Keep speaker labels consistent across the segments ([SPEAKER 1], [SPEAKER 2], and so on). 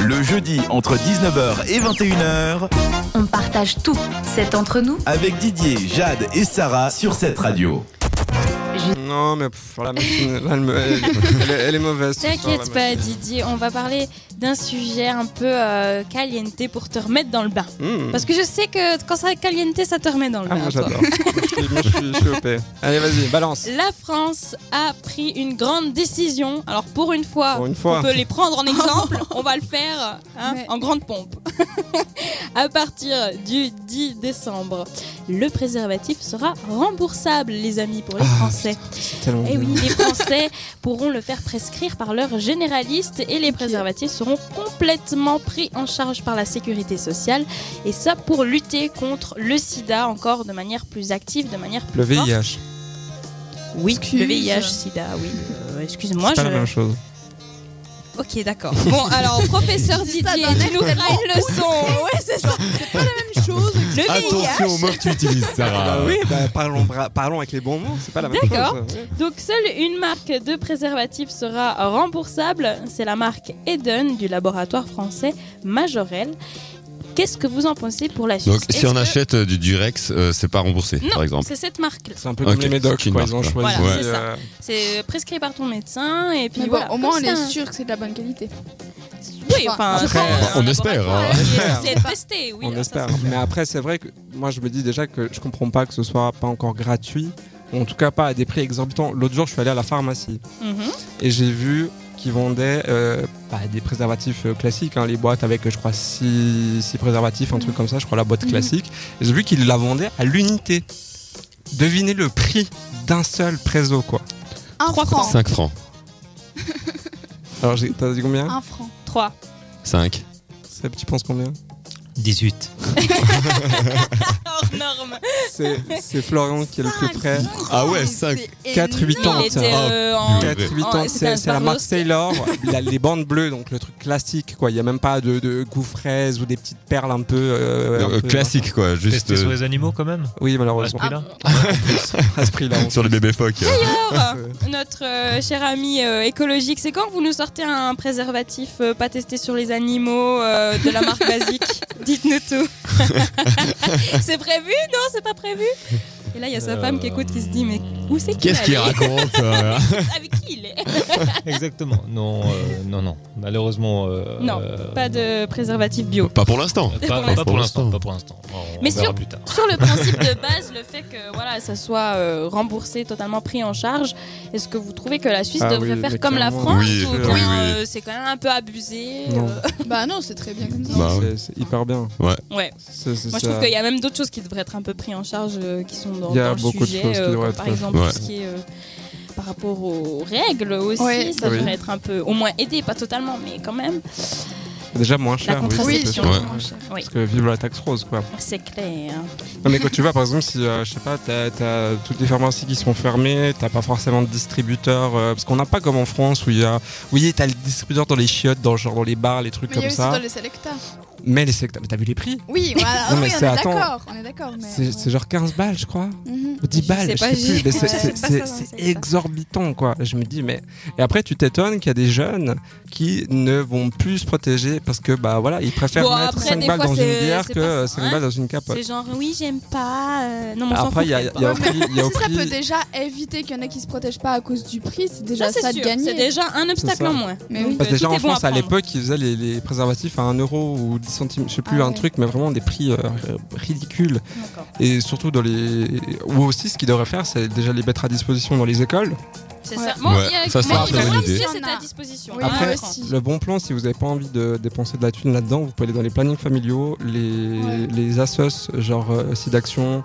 [SPEAKER 1] Le jeudi, entre 19h et 21h,
[SPEAKER 2] On partage tout. C'est entre nous.
[SPEAKER 1] avec Didier, Jade et Sarah sur cette radio.
[SPEAKER 3] Non, mais pff, la machine, là, elle, me- elle- elle est- elle est mauvaise. ce soir,
[SPEAKER 4] T'inquiète
[SPEAKER 3] la
[SPEAKER 4] pas,
[SPEAKER 3] machine.
[SPEAKER 4] Didier, on va parler d'un sujet un peu euh, caliente pour te remettre dans le bain.
[SPEAKER 3] Mmh.
[SPEAKER 4] Parce que je sais que quand c'est caliente, ça te remet dans le
[SPEAKER 3] Ah,
[SPEAKER 4] bain.
[SPEAKER 3] moi
[SPEAKER 4] toi.
[SPEAKER 3] j'adore. moi je suis, je suis OP. Allez, vas-y, balance.
[SPEAKER 4] La France a pris une grande décision. Alors pour une fois,
[SPEAKER 3] Pour une fois.
[SPEAKER 4] on peut les prendre en exemple. on va le faire hein,
[SPEAKER 2] Ouais.
[SPEAKER 4] en grande pompe. à partir du 10 décembre, le préservatif sera remboursable, les amis, pour les
[SPEAKER 3] Ah,
[SPEAKER 4] Français.
[SPEAKER 3] C'est tellement
[SPEAKER 4] Et
[SPEAKER 3] bien.
[SPEAKER 4] Eh oui, les Français pourront le faire prescrire par leur généraliste et les préservatifs seront complètement pris en charge par la sécurité sociale. Et ça pour lutter contre le sida encore de manière plus active, de manière plus
[SPEAKER 3] Le
[SPEAKER 4] forte.
[SPEAKER 3] VIH,
[SPEAKER 4] Oui,
[SPEAKER 5] Excuse.
[SPEAKER 4] le VIH, sida, oui. Euh, Excuse-moi,
[SPEAKER 3] c'est pas la même
[SPEAKER 4] je...
[SPEAKER 3] chose.
[SPEAKER 4] Ok, d'accord. Bon, alors, professeur
[SPEAKER 5] Je dis
[SPEAKER 4] Didier,
[SPEAKER 5] ça d'un
[SPEAKER 4] tu
[SPEAKER 5] air
[SPEAKER 4] nous feras une leçon.
[SPEAKER 5] Ouais, c'est ça. C'est pas la même chose.
[SPEAKER 4] Le VIH.
[SPEAKER 1] aux mots que tu utilises,
[SPEAKER 6] Ah
[SPEAKER 3] Bah oui, bah, parlons, bra- parlons avec les bons mots, c'est pas la même chose.
[SPEAKER 4] D'accord.
[SPEAKER 3] Ouais.
[SPEAKER 4] Donc, seule une marque de préservatif sera remboursable. C'est la marque Eden du laboratoire français Majorel. Qu'est-ce que vous en pensez pour la suite
[SPEAKER 6] Donc si
[SPEAKER 4] Est-ce
[SPEAKER 6] on
[SPEAKER 4] que-
[SPEAKER 6] achète euh, du Durex, euh, c'est pas remboursé, par
[SPEAKER 4] Non,
[SPEAKER 6] exemple.
[SPEAKER 4] c'est cette marque-là.
[SPEAKER 3] C'est un peu
[SPEAKER 6] Ok,
[SPEAKER 3] comme les médocs,
[SPEAKER 6] c'est une
[SPEAKER 3] quoi,
[SPEAKER 6] marque,
[SPEAKER 3] ils ont
[SPEAKER 6] ouais.
[SPEAKER 3] choisi.
[SPEAKER 4] Voilà, c'est
[SPEAKER 3] euh,
[SPEAKER 4] C'est prescrit par ton médecin et puis
[SPEAKER 5] Mais
[SPEAKER 4] voilà.
[SPEAKER 5] bon, au moins on
[SPEAKER 4] Comme c'est
[SPEAKER 5] est
[SPEAKER 4] un-
[SPEAKER 5] sûr que c'est de la bonne qualité.
[SPEAKER 4] Oui, enfin,
[SPEAKER 3] Après,
[SPEAKER 4] c'est un
[SPEAKER 6] on espère,
[SPEAKER 4] laboratoire
[SPEAKER 6] hein.
[SPEAKER 4] qui est
[SPEAKER 3] On
[SPEAKER 4] censé
[SPEAKER 3] espère.
[SPEAKER 4] être testé, oui.
[SPEAKER 3] on
[SPEAKER 4] alors ça,
[SPEAKER 3] espère. Mais après, c'est vrai que moi, je me dis déjà que je comprends pas que ce soit pas encore gratuit, ou en tout cas pas à des prix exorbitants. L'autre jour, je suis allé à la pharmacie
[SPEAKER 4] c'est- Mhm.
[SPEAKER 3] et j'ai vu qu'ils vendaient euh, bah, des préservatifs euh, classiques, hein, les boîtes avec, je crois, 6 préservatifs, un truc comme ça, je crois, la boîte classique. Et J'ai vu qu'ils la vendaient à l'unité. Devinez le prix d'un seul préso, quoi.
[SPEAKER 5] Un
[SPEAKER 4] Trois
[SPEAKER 5] franc.
[SPEAKER 6] 5 francs.
[SPEAKER 3] Alors, j'ai- t'as dit combien
[SPEAKER 5] Un franc.
[SPEAKER 4] Trois.
[SPEAKER 6] 5.
[SPEAKER 3] Seb, tu penses combien
[SPEAKER 7] 18.
[SPEAKER 4] Hors norme.
[SPEAKER 3] C'est c'est Florian qui est le plus près.
[SPEAKER 6] Ah ouais, 5.
[SPEAKER 3] 4-8 ans.
[SPEAKER 4] Il était
[SPEAKER 6] Ah,
[SPEAKER 4] euh, en.
[SPEAKER 6] purée.
[SPEAKER 3] 4 8
[SPEAKER 4] Oh,
[SPEAKER 3] ans,
[SPEAKER 4] c'était
[SPEAKER 3] c'est
[SPEAKER 4] un
[SPEAKER 3] c'est la marque
[SPEAKER 4] Sparrows.
[SPEAKER 3] Sailor, il a les bandes bleues, donc le truc classique, quoi. Il n'y a même pas de, de goût fraise ou des petites perles un peu. euh, un
[SPEAKER 6] Euh,
[SPEAKER 3] peu- hein.
[SPEAKER 6] classique quoi, juste
[SPEAKER 7] Testé sur
[SPEAKER 6] euh,
[SPEAKER 7] les animaux quand même
[SPEAKER 3] Oui,
[SPEAKER 7] À ce
[SPEAKER 3] malheureusement.
[SPEAKER 7] prix-là
[SPEAKER 4] Ah,
[SPEAKER 3] À ce prix-là.
[SPEAKER 6] sur les bébés phoques.
[SPEAKER 4] D'ailleurs, notre euh, cher ami euh, écologique, c'est quand que vous nous sortez un préservatif euh, pas testé sur les animaux euh, de la marque basique Dites-nous tout. c'est prévu Non, c'est pas prévu Et là, il y a sa femme qui écoute qui se dit Mais où c'est qu'il
[SPEAKER 6] Qu'est-ce
[SPEAKER 4] est
[SPEAKER 6] qu'il
[SPEAKER 4] allé
[SPEAKER 6] raconte euh
[SPEAKER 4] Avec qui il est
[SPEAKER 7] Exactement. Non, euh, non, non. Malheureusement. euh,
[SPEAKER 4] Non,
[SPEAKER 7] euh,
[SPEAKER 4] pas de préservatif bio.
[SPEAKER 6] Pas pour l'instant.
[SPEAKER 7] Pas,
[SPEAKER 4] Pas
[SPEAKER 7] pas
[SPEAKER 6] pour
[SPEAKER 7] pour l'instant.
[SPEAKER 6] l'instant.
[SPEAKER 7] Pas pour l'instant. On
[SPEAKER 4] Mais
[SPEAKER 7] verra
[SPEAKER 4] sur-
[SPEAKER 7] plus tard.
[SPEAKER 4] Sur le principe de base, le fait que voilà, ça soit euh, remboursé, totalement pris en charge, est-ce que vous trouvez que la Suisse
[SPEAKER 3] Ah
[SPEAKER 4] devrait
[SPEAKER 3] oui, mais
[SPEAKER 4] faire comme la
[SPEAKER 3] clairement.
[SPEAKER 4] France
[SPEAKER 6] Oui,
[SPEAKER 4] ou
[SPEAKER 6] oui,
[SPEAKER 4] bien
[SPEAKER 6] oui.
[SPEAKER 4] euh, c'est quand même un peu abusé
[SPEAKER 3] Non.
[SPEAKER 4] euh,
[SPEAKER 5] Bah non, c'est très bien comme ça.
[SPEAKER 6] Bah ouais.
[SPEAKER 3] C'est- C'est hyper bien.
[SPEAKER 4] Ouais.
[SPEAKER 3] C'est- c'est
[SPEAKER 4] Moi, je
[SPEAKER 3] ça.
[SPEAKER 4] trouve qu'il y a même d'autres choses qui devraient être un peu prises en charge, euh, qui sont dans,
[SPEAKER 3] Il y a
[SPEAKER 4] dans le
[SPEAKER 3] beaucoup de
[SPEAKER 4] sujet,
[SPEAKER 3] choses qui
[SPEAKER 4] euh,
[SPEAKER 3] devraient
[SPEAKER 4] comme
[SPEAKER 3] être
[SPEAKER 4] par
[SPEAKER 3] faites.
[SPEAKER 4] exemple
[SPEAKER 6] Ouais.
[SPEAKER 4] tout ce qui est euh, par rapport aux règles aussi,
[SPEAKER 5] Ouais.
[SPEAKER 4] ça
[SPEAKER 3] Oui.
[SPEAKER 4] devrait être un peu, au moins aidé, pas totalement, mais quand même,
[SPEAKER 3] Déjà moins cher.
[SPEAKER 5] Oui,
[SPEAKER 4] contraception.
[SPEAKER 3] c'est
[SPEAKER 5] c'est
[SPEAKER 3] sûr.
[SPEAKER 6] Ouais.
[SPEAKER 5] moins cher.
[SPEAKER 4] oui,
[SPEAKER 3] Parce que vive la taxe rose, quoi.
[SPEAKER 4] c'est clair.
[SPEAKER 3] Non, mais quand tu vas, par exemple, si, euh, je sais pas, t'as t'as toutes les pharmacies qui sont fermées, t'as pas forcément de distributeur, euh, parce qu'on n'a pas comme en France où il y a. Oui, t'as le distributeur dans les chiottes, dans, genre dans les bars, les trucs
[SPEAKER 5] Mais il y a
[SPEAKER 3] comme
[SPEAKER 5] aussi
[SPEAKER 3] ça.
[SPEAKER 5] dans les Selecta.
[SPEAKER 3] Mais les secteurs. Mais t'as vu les prix
[SPEAKER 5] Oui, voilà.
[SPEAKER 3] Non, mais
[SPEAKER 5] oui, on
[SPEAKER 3] c'est-
[SPEAKER 5] est
[SPEAKER 3] attends.
[SPEAKER 5] d'accord. On est d'accord. mais-
[SPEAKER 3] C'est c'est genre 15 balles, je crois.
[SPEAKER 5] Mhm.
[SPEAKER 3] 10
[SPEAKER 4] Je
[SPEAKER 3] balles,
[SPEAKER 4] sais
[SPEAKER 3] je
[SPEAKER 4] pas, j'ai-
[SPEAKER 3] sais plus, mais c'est-
[SPEAKER 5] ouais,
[SPEAKER 3] c'est
[SPEAKER 4] c'est pas
[SPEAKER 3] c'est-
[SPEAKER 4] ça,
[SPEAKER 3] c'est
[SPEAKER 4] c'est ça.
[SPEAKER 3] exorbitant quoi. Je me dis mais et après tu t'étonnes qu'il y a des jeunes qui ne vont plus se protéger parce que bah voilà ils préfèrent
[SPEAKER 4] Bon,
[SPEAKER 3] mettre
[SPEAKER 4] après,
[SPEAKER 3] 5
[SPEAKER 4] des
[SPEAKER 3] balles
[SPEAKER 4] fois,
[SPEAKER 3] dans une
[SPEAKER 4] c'est-
[SPEAKER 3] bière
[SPEAKER 4] c'est
[SPEAKER 3] que
[SPEAKER 4] pas ça,
[SPEAKER 3] 5
[SPEAKER 4] hein.
[SPEAKER 3] balles dans une capote.
[SPEAKER 4] C'est genre, oui, j'aime pas, euh, non, mais on s'en
[SPEAKER 3] Après
[SPEAKER 4] fout,
[SPEAKER 3] il y a,
[SPEAKER 4] peut-être
[SPEAKER 3] il y a
[SPEAKER 4] pas.
[SPEAKER 3] au prix, il y a au
[SPEAKER 5] Si ça
[SPEAKER 3] prix-
[SPEAKER 5] peut déjà éviter qu'il y en a qui se protègent pas à cause du prix, c'est déjà
[SPEAKER 4] Ça,
[SPEAKER 5] ça,
[SPEAKER 4] c'est
[SPEAKER 5] de
[SPEAKER 4] sûr.
[SPEAKER 5] gagner.
[SPEAKER 4] C'est déjà un
[SPEAKER 3] C'est
[SPEAKER 4] obstacle
[SPEAKER 3] ça.
[SPEAKER 4] en moins.
[SPEAKER 5] Mais
[SPEAKER 4] Donc,
[SPEAKER 5] oui.
[SPEAKER 3] parce que
[SPEAKER 4] euh,
[SPEAKER 3] déjà
[SPEAKER 4] tout
[SPEAKER 3] en
[SPEAKER 4] est bon
[SPEAKER 3] France à
[SPEAKER 4] prendre.
[SPEAKER 3] l'époque ils faisaient les, les préservatifs à 1 euro ou 10 centimes, je sais plus
[SPEAKER 5] Ah
[SPEAKER 3] un
[SPEAKER 5] ouais.
[SPEAKER 3] truc mais vraiment des prix euh, ridicules.
[SPEAKER 4] D'accord.
[SPEAKER 3] Et surtout dans les ou aussi ce qu'ils devraient faire c'est déjà les mettre à disposition dans les écoles.
[SPEAKER 4] C'est
[SPEAKER 5] Ouais.
[SPEAKER 4] ça. Bon,
[SPEAKER 6] Ouais,
[SPEAKER 4] il y a-
[SPEAKER 6] ça, c'est
[SPEAKER 4] mais
[SPEAKER 3] une
[SPEAKER 4] il
[SPEAKER 3] très
[SPEAKER 4] me
[SPEAKER 3] bonne
[SPEAKER 4] semble
[SPEAKER 6] idée.
[SPEAKER 4] que c'est à disposition.
[SPEAKER 5] Oui,
[SPEAKER 4] Ah,
[SPEAKER 3] Après,
[SPEAKER 5] moi
[SPEAKER 4] d'accord.
[SPEAKER 5] aussi.
[SPEAKER 3] Le bon plan, si vous n'avez pas envie de dépenser de la thune là-dedans, vous pouvez aller dans les plannings familiaux, les,
[SPEAKER 5] Ouais.
[SPEAKER 3] les assos, genre euh, SIDAction.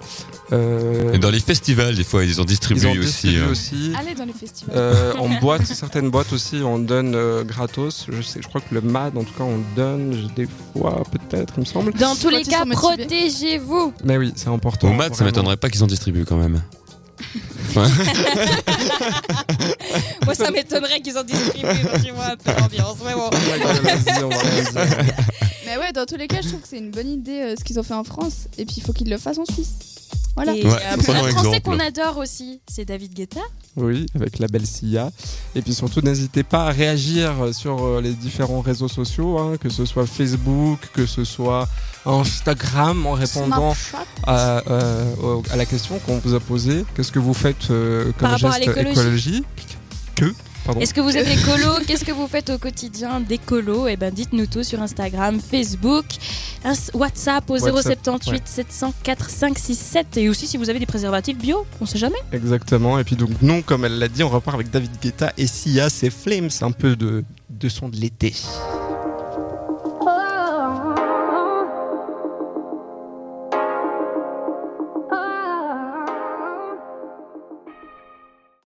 [SPEAKER 3] euh,
[SPEAKER 6] Et dans les festivals des fois ils ont
[SPEAKER 3] ils ont
[SPEAKER 6] distribué aussi.
[SPEAKER 3] distribué
[SPEAKER 6] euh,
[SPEAKER 3] aussi.
[SPEAKER 5] Allez dans les festivals.
[SPEAKER 3] Euh, en boîte, certaines boîtes aussi, on donne euh, gratos. Je, sais, je crois que le MAD, en tout cas, on donne des fois, peut-être, il me semble.
[SPEAKER 4] Dans tous
[SPEAKER 5] Quand
[SPEAKER 4] les
[SPEAKER 5] ils
[SPEAKER 4] cas,
[SPEAKER 5] sont motivés.
[SPEAKER 4] protégez-vous.
[SPEAKER 3] Mais oui, c'est important.
[SPEAKER 6] Au mat, ça
[SPEAKER 3] vraiment.
[SPEAKER 6] m'étonnerait pas qu'ils en distribuent quand même.
[SPEAKER 4] Moi, ça m'étonnerait qu'ils en distribuent. tu vois un peu l'ambiance. Mais bon.
[SPEAKER 3] Vas-y, on va rien dire.
[SPEAKER 5] Mais ouais, dans tous les cas, je trouve que c'est une bonne idée euh, ce qu'ils ont fait en France. Et puis il faut qu'ils le fassent en Suisse. Voilà.
[SPEAKER 4] Et
[SPEAKER 6] Ouais,
[SPEAKER 4] euh, un
[SPEAKER 6] prenons
[SPEAKER 4] Français
[SPEAKER 6] exemple.
[SPEAKER 4] qu'on adore aussi, c'est David Guetta.
[SPEAKER 3] Oui, avec la belle Sia. Et puis surtout, n'hésitez pas à réagir sur euh, les différents réseaux sociaux, hein, que ce soit Facebook, que ce soit Instagram, en répondant
[SPEAKER 5] Snapchat.
[SPEAKER 3] à, euh, au- à la question qu'on vous a posée. Qu'est-ce que vous faites euh, comme
[SPEAKER 4] Par rapport à
[SPEAKER 3] geste
[SPEAKER 4] l'écologie.
[SPEAKER 3] écologique Que Bon.
[SPEAKER 4] Est-ce que vous êtes écolo Qu'est-ce que vous faites au quotidien d'écolo Eh ben, dites-nous tout sur Instagram, Facebook, Ins- WhatsApp au
[SPEAKER 3] WhatsApp,
[SPEAKER 4] 078 704 567 et aussi si vous avez des préservatifs bio, on sait jamais.
[SPEAKER 3] Exactement. Et puis donc, non, comme elle l'a dit, on repart avec David Guetta et Sia, c'est Flames, un peu de, de son de l'été.